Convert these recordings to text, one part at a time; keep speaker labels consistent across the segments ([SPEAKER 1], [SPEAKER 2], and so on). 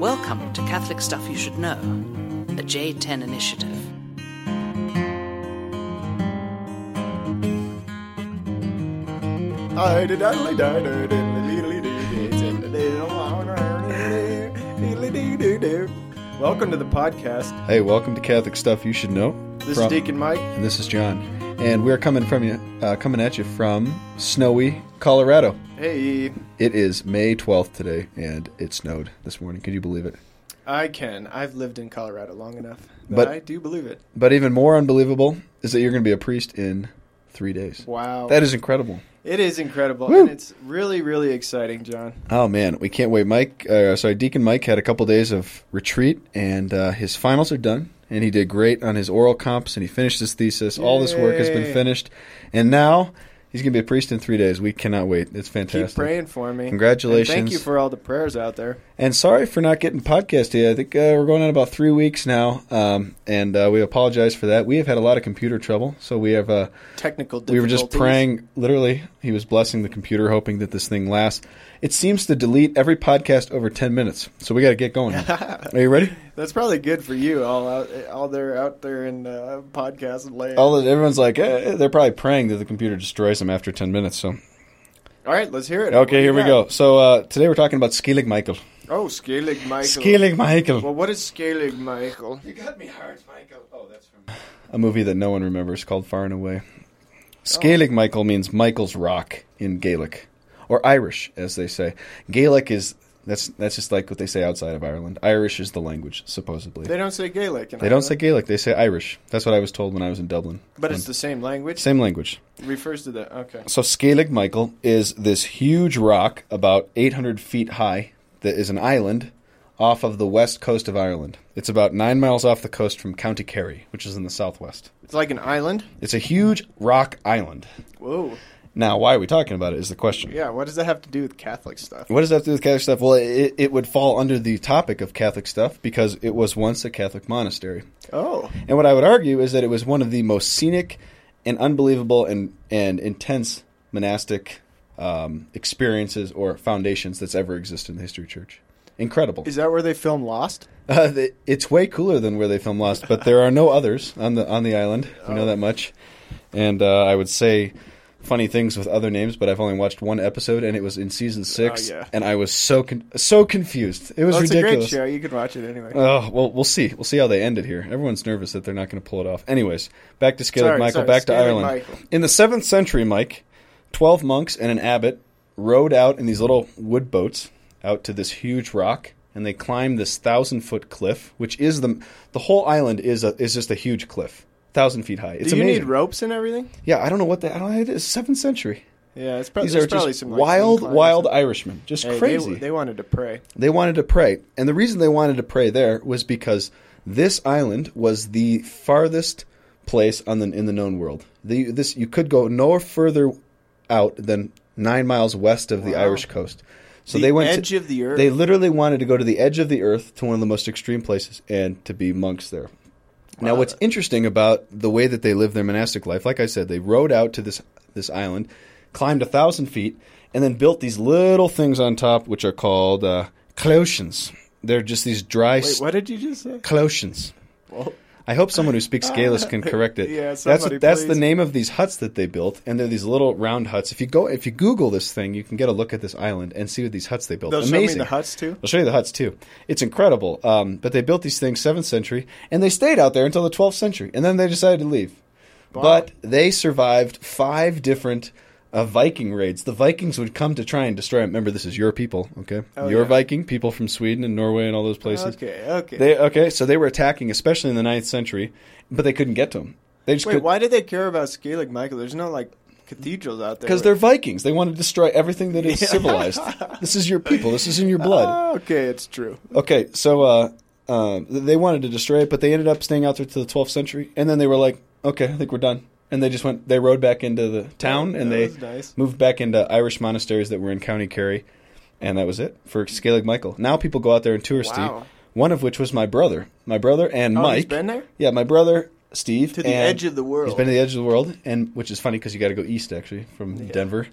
[SPEAKER 1] Welcome to Catholic Stuff You Should Know, the J10 Initiative.
[SPEAKER 2] Welcome to the podcast.
[SPEAKER 3] Hey, welcome to Catholic Stuff You Should Know.
[SPEAKER 2] This
[SPEAKER 3] From-
[SPEAKER 2] is Deacon Mike.
[SPEAKER 3] and this is John, and we're coming from you, uh, coming at you from snowy Colorado.
[SPEAKER 2] Hey,
[SPEAKER 3] It is May twelfth today, and it snowed this morning. Could you believe it?
[SPEAKER 2] I can. I've lived in Colorado long enough, that
[SPEAKER 3] But-
[SPEAKER 2] I do believe it.
[SPEAKER 3] But even more unbelievable is that you're going to be a priest in three days.
[SPEAKER 2] Wow,
[SPEAKER 3] That is incredible.
[SPEAKER 2] it is incredible,
[SPEAKER 3] Woo.
[SPEAKER 2] and it's really, really exciting, John.
[SPEAKER 3] Oh man, we can't wait. Mike, uh, sorry, Deacon Mike had a couple days of retreat, and uh, his finals are done. And he did great on his oral comps, and he finished his thesis. All this work has
[SPEAKER 2] Yay.
[SPEAKER 3] been finished, and now he's going to be a priest in three days. We cannot wait. It's fantastic.
[SPEAKER 2] Keep praying for me.
[SPEAKER 3] Congratulations.
[SPEAKER 2] And thank you for all the prayers out there.
[SPEAKER 3] And sorry for not getting podcast today. I think uh, we're going on about three weeks now, um, and uh, we apologize for that. We have had a lot of computer trouble, so we have. Uh,
[SPEAKER 2] Technical difficulties.
[SPEAKER 3] we were just praying. Literally, he was blessing the computer, hoping that this thing lasts. It seems to delete every podcast over ten minutes, so we got to get going. Are you ready?
[SPEAKER 2] That's probably good for you, all out, all there out there in uh, podcast land.
[SPEAKER 3] All the, everyone's like, eh, they're probably praying that the computer destroys them after ten minutes. So,
[SPEAKER 2] all right, let's hear it. What do
[SPEAKER 3] okay,
[SPEAKER 2] you
[SPEAKER 3] here we
[SPEAKER 2] got?
[SPEAKER 3] go. So uh, today we're talking about Skellig Michael.
[SPEAKER 2] Oh, Scalig Michael.
[SPEAKER 3] Skellig Michael,
[SPEAKER 2] Well, what is Scalig Michael? You got me hard, Michael. Oh, that's from. Oh.
[SPEAKER 3] a movie that no one remembers called Far and Away. Skellig Michael means Michael's Rock in Gaelic, or Irish, as they say. Gaelic is that's that's just like what they say outside of Ireland. Irish is the language, supposedly.
[SPEAKER 2] They don't say Gaelic. In
[SPEAKER 3] They don't
[SPEAKER 2] Ireland,
[SPEAKER 3] say Gaelic, they say Irish. That's what I was told when I was in Dublin.
[SPEAKER 2] But it's the same language.
[SPEAKER 3] Same language.
[SPEAKER 2] refers to the okay.
[SPEAKER 3] So Skellig Michael is this huge rock about 800 feet high that is an island off of the west coast of Ireland. It's about nine miles off the coast from County Kerry, which is in the southwest.
[SPEAKER 2] It's like an island.
[SPEAKER 3] It's a huge rock island.
[SPEAKER 2] Whoa.
[SPEAKER 3] Now, why are we talking about it is the question.
[SPEAKER 2] Yeah. What does that have to do with Catholic stuff?
[SPEAKER 3] What does that have to do with Catholic stuff? Well, it, it would fall under the topic of Catholic stuff because it was once a Catholic monastery.
[SPEAKER 2] Oh.
[SPEAKER 3] And what I would argue is that it was one of the most scenic and unbelievable and, and intense monastic um, experiences or foundations that's ever existed in the history of church. Incredible.
[SPEAKER 2] Is that where they film Lost?
[SPEAKER 3] Uh, the, it's way cooler than where they film Lost, but there are no others on the on the island.
[SPEAKER 2] Oh.
[SPEAKER 3] We know that much. And uh, I would say funny things with other names, but I've only watched one episode, and it was in season six,
[SPEAKER 2] Oh, yeah.
[SPEAKER 3] and I was so con- so confused. It was
[SPEAKER 2] Well, Oh, it's a
[SPEAKER 3] ridiculous.
[SPEAKER 2] great show. You can watch it anyway.
[SPEAKER 3] Oh, well, we'll see. We'll see how they end it here. Everyone's nervous that they're not going to pull it off. Anyways, back to Scaling
[SPEAKER 2] Sorry,
[SPEAKER 3] Michael,
[SPEAKER 2] sorry,
[SPEAKER 3] back to
[SPEAKER 2] Scaling
[SPEAKER 3] Ireland.
[SPEAKER 2] Michael.
[SPEAKER 3] In the 7th century, Mike, 12 monks and an abbot rowed out in these little wood boats out to this huge rock, and they climbed this 1,000-foot cliff, which is the the whole island is a, is just a huge cliff. 1,000 feet high. It's
[SPEAKER 2] do you
[SPEAKER 3] amazing.
[SPEAKER 2] need ropes and everything?
[SPEAKER 3] yeah, I don't know what that I don't know it is 7th century.
[SPEAKER 2] Yeah. It's probably,
[SPEAKER 3] These
[SPEAKER 2] there's
[SPEAKER 3] are
[SPEAKER 2] probably
[SPEAKER 3] just
[SPEAKER 2] some like,
[SPEAKER 3] wild
[SPEAKER 2] inclines
[SPEAKER 3] wild
[SPEAKER 2] and-
[SPEAKER 3] Irishmen. Just
[SPEAKER 2] Hey, they-
[SPEAKER 3] crazy
[SPEAKER 2] They, wanted to pray.
[SPEAKER 3] they wanted to pray. And the reason they wanted to pray there was because this island was the farthest place on the, in the known world. The, this you could go no further out than nine miles west of the
[SPEAKER 2] Wow.
[SPEAKER 3] Irish coast. So
[SPEAKER 2] The
[SPEAKER 3] they went
[SPEAKER 2] edge
[SPEAKER 3] to,
[SPEAKER 2] of the earth.
[SPEAKER 3] They literally wanted to go to the edge of the earth to one of the most extreme places and to be monks there. Now,
[SPEAKER 2] Wow.
[SPEAKER 3] what's interesting about the way that they lived their monastic life, like I said, they rode out to this this island, climbed a thousand feet, and then built these little things on top, which are called uh, clochens. They're just these dry
[SPEAKER 2] Wait, what did you just say?
[SPEAKER 3] clochens.
[SPEAKER 2] Well,
[SPEAKER 3] I hope someone who speaks Gaelic can correct it.
[SPEAKER 2] Yeah,
[SPEAKER 3] that's
[SPEAKER 2] somebody,
[SPEAKER 3] what, that's the
[SPEAKER 2] please.
[SPEAKER 3] name of these huts that they built, and they're these little round huts. If you go, if you Google this thing, you can get a look at this island and see what these huts they built.
[SPEAKER 2] they'll
[SPEAKER 3] Amazing.
[SPEAKER 2] show me the huts too.
[SPEAKER 3] I'll show you the huts too. It's incredible. Um, but they built these things seventh century, and they stayed out there until the twelfth century, and then they decided to leave. But they survived five different uh, Viking raids. The Vikings would come to try and destroy. them. Remember, this is your people, okay?
[SPEAKER 2] Oh,
[SPEAKER 3] your
[SPEAKER 2] yeah.
[SPEAKER 3] Viking people from Sweden and Norway and all those places.
[SPEAKER 2] Okay. Okay.
[SPEAKER 3] They okay, so they were attacking, especially in the ninth century, but they couldn't get to them. They just
[SPEAKER 2] Wait,
[SPEAKER 3] could,
[SPEAKER 2] why did they care about Scalig Michael? There's no like cathedrals out there.
[SPEAKER 3] Because
[SPEAKER 2] with-
[SPEAKER 3] they're Vikings. They want to destroy everything that is
[SPEAKER 2] Yeah.
[SPEAKER 3] civilized. This is your people. This is in your blood.
[SPEAKER 2] Oh, okay, it's true.
[SPEAKER 3] Okay, so uh, um, th- they wanted to destroy it, but they ended up staying out there to the 12th century, and then they were like, "Okay, I think we're done," and they just went. They rode back into the town, and
[SPEAKER 2] That
[SPEAKER 3] they
[SPEAKER 2] was nice.
[SPEAKER 3] moved back into Irish monasteries that were in County Kerry, and that was it for Scalig Michael. Now people go out there and touristy.
[SPEAKER 2] Wow.
[SPEAKER 3] One of which was my brother, my brother and
[SPEAKER 2] Oh,
[SPEAKER 3] Mike.
[SPEAKER 2] he's been there?
[SPEAKER 3] Yeah, my brother Steve
[SPEAKER 2] To the
[SPEAKER 3] and-
[SPEAKER 2] edge of the world.
[SPEAKER 3] He's been to the edge of the world, and which is funny because you got to go east actually from Denver,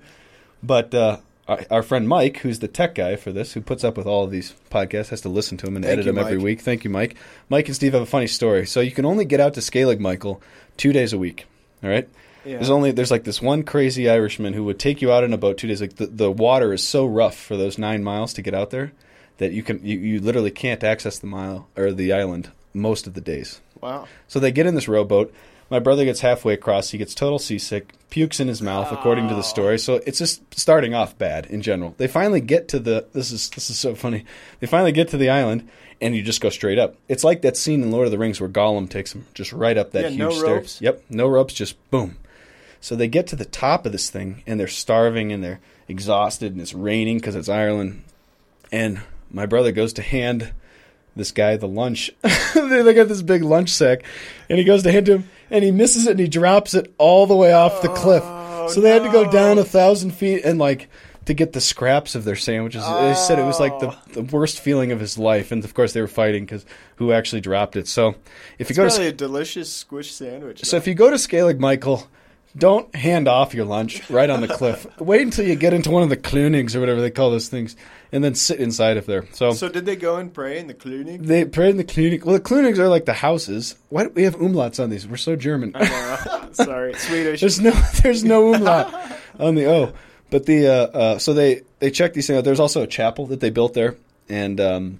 [SPEAKER 3] but. uh our, our friend Mike, who's the tech guy for this, who puts up with all of these podcasts, has to listen to them and
[SPEAKER 2] Thank
[SPEAKER 3] edit
[SPEAKER 2] you,
[SPEAKER 3] them every
[SPEAKER 2] Mike.
[SPEAKER 3] week. Thank you, Mike. Mike and Steve have a funny story. So you can only get out to Scalig Michael two days a week. All right.
[SPEAKER 2] Yeah.
[SPEAKER 3] There's only there's like this one crazy Irishman who would take you out in a boat two days. Like the, the water is so rough for those nine miles to get out there that you can you, you literally can't access the mile or the island most of the days.
[SPEAKER 2] Wow.
[SPEAKER 3] So they get in this rowboat. My brother gets halfway across. He gets total seasick, pukes in his mouth, according
[SPEAKER 2] Oh.
[SPEAKER 3] to the story. So it's just starting off bad in general. They finally get to the. This is this is so funny. They finally get to the island, and you just go straight up. It's like that scene in Lord of the Rings where Gollum takes him just right up that
[SPEAKER 2] Yeah,
[SPEAKER 3] huge
[SPEAKER 2] no
[SPEAKER 3] stair.
[SPEAKER 2] ropes?
[SPEAKER 3] Yep, no ropes, just boom. So they get to the top of this thing, and they're starving, and they're exhausted, and it's raining because it's Ireland. And my brother goes to hand this guy the lunch. they they got this big lunch sack, and he goes to hand to him, and he misses it, and he drops it all the way off the cliff. So they had to go down a thousand feet and like to get the scraps of their sandwiches. They said it was like the, the worst feeling of his life, and of course they were fighting because who actually dropped it. So if you go to
[SPEAKER 2] Probably a delicious squish sandwich.
[SPEAKER 3] so if you go to Scalig Michael, don't hand off your lunch right on the cliff. Wait until you get into one of the Klunigs or whatever they call those things, and then sit inside of there. So,
[SPEAKER 2] so did they go and pray in the Cluny?
[SPEAKER 3] they pray in the Klunig. Well, the Klunigs are like the houses. Why do we have umlauts on these? We're so German.
[SPEAKER 2] Sorry, Swedish.
[SPEAKER 3] there's no there's no umlaut on the O. But the uh, uh, so they they check these things out. There's also a chapel that they built there, and um,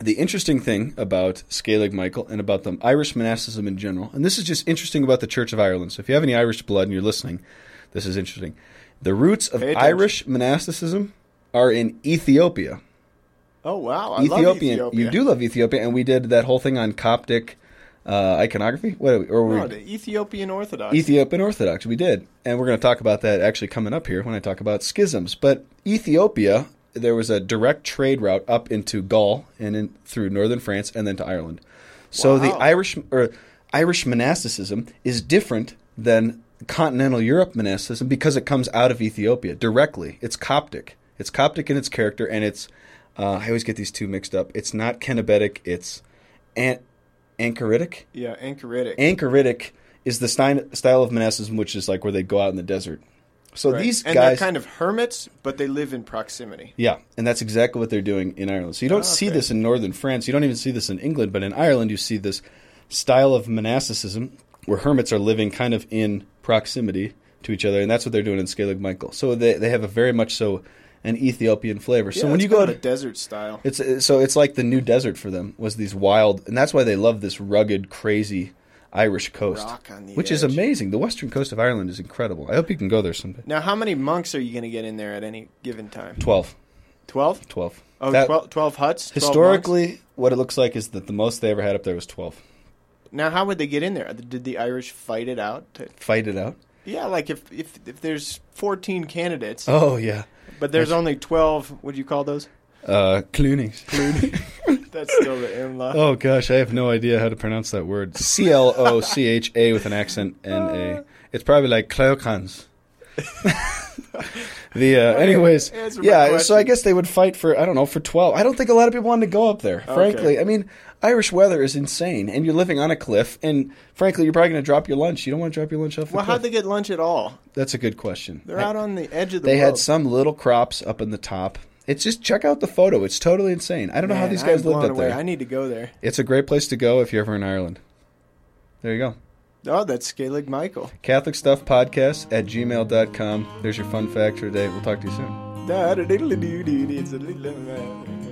[SPEAKER 3] the interesting thing about Scalig Michael and about the Irish monasticism in general, and this is just interesting about the Church of Ireland. So if you have any Irish blood and you're listening, this is interesting. The roots of
[SPEAKER 2] Pay attention.
[SPEAKER 3] Irish monasticism are in Ethiopia.
[SPEAKER 2] Oh wow, I love
[SPEAKER 3] Ethiopian.
[SPEAKER 2] Ethiopia.
[SPEAKER 3] You do love Ethiopia, and we did that whole thing on Coptic uh, iconography. What are we, or were
[SPEAKER 2] No,
[SPEAKER 3] we,
[SPEAKER 2] Oh, the Ethiopian Orthodox.
[SPEAKER 3] Ethiopian Orthodox. We did, and we're going to talk about that actually coming up here when I talk about schisms. But Ethiopia, there was a direct trade route up into Gaul and in, through northern France and then to Ireland. So the
[SPEAKER 2] Wow.
[SPEAKER 3] Irish or Irish monasticism is different than continental Europe monasticism because it comes out of Ethiopia directly. It's Coptic. It's Coptic in its character, and it's uh, I always get these two mixed up. It's not Kennebetic. It's an- Anchoritic.
[SPEAKER 2] yeah, Anchoritic.
[SPEAKER 3] Anchoritic is the stein- style of monasticism, which is like where they go out in the desert. So
[SPEAKER 2] Right.
[SPEAKER 3] these
[SPEAKER 2] and
[SPEAKER 3] guys,
[SPEAKER 2] they're kind of hermits, but they live in proximity.
[SPEAKER 3] yeah, and that's exactly what they're doing in Ireland. So you don't see
[SPEAKER 2] Oh, okay.
[SPEAKER 3] this in northern France. You don't even see this in England, but in Ireland you see this style of monasticism where hermits are living kind of in proximity to each other, and that's what they're doing in Scalig Michael. So they they have a very much so an Ethiopian flavor. so
[SPEAKER 2] Yeah,
[SPEAKER 3] when
[SPEAKER 2] it's
[SPEAKER 3] you go
[SPEAKER 2] kind
[SPEAKER 3] to
[SPEAKER 2] of a desert style,
[SPEAKER 3] it's it's- so it's like the new desert for them was these wild, and that's why they love this rugged, crazy Irish coast,
[SPEAKER 2] Rock on the
[SPEAKER 3] which is
[SPEAKER 2] edge.
[SPEAKER 3] amazing. The western coast of Ireland is incredible. I hope you can go there someday.
[SPEAKER 2] now, how many monks are you going to get in there at any given time?
[SPEAKER 3] Twelve,
[SPEAKER 2] Twelve.
[SPEAKER 3] twelve.
[SPEAKER 2] Oh,
[SPEAKER 3] That-
[SPEAKER 2] 12, 12 huts. 12 monks?
[SPEAKER 3] historically, what it looks like is that the most they ever had up there was twelve.
[SPEAKER 2] now how would they get in there? Did the Irish fight it out? To,
[SPEAKER 3] Fight it out.
[SPEAKER 2] yeah, like if, if if there's fourteen candidates,
[SPEAKER 3] Oh yeah,
[SPEAKER 2] but there's only twelve. What do you call those?
[SPEAKER 3] uh, Clooney's.
[SPEAKER 2] That's still the imla.
[SPEAKER 3] Oh gosh, I have no idea how to pronounce that word. C L O C H A with an accent and a. It's probably like Cleocans. the uh, anyways,
[SPEAKER 2] answer my
[SPEAKER 3] yeah. So
[SPEAKER 2] question.
[SPEAKER 3] I guess they would fight for I don't know for twelve. I don't think a lot of people wanted to go up there. Frankly, I mean, Irish weather is insane, and you're living on a cliff, and frankly, you're probably going to drop your lunch. You don't want to drop your lunch off. The
[SPEAKER 2] Well,
[SPEAKER 3] cliff.
[SPEAKER 2] how'd they get lunch at all?
[SPEAKER 3] That's a good question.
[SPEAKER 2] They're out on the edge of the.
[SPEAKER 3] They
[SPEAKER 2] world.
[SPEAKER 3] had some little crops up in the top. It's just check out the photo. It's totally insane. I don't know how
[SPEAKER 2] Man,
[SPEAKER 3] these
[SPEAKER 2] I'm
[SPEAKER 3] guys lived
[SPEAKER 2] blown
[SPEAKER 3] up
[SPEAKER 2] away.
[SPEAKER 3] there.
[SPEAKER 2] I need to go there.
[SPEAKER 3] It's a great place to go if you're ever in Ireland. There you go.
[SPEAKER 2] Oh, that's Scalig Michael.
[SPEAKER 3] Catholic Stuff Podcast at gmail.com. There's your fun fact for today. We'll talk to you soon.
[SPEAKER 2] Da-da-diddle-doo-doo, it's a little man.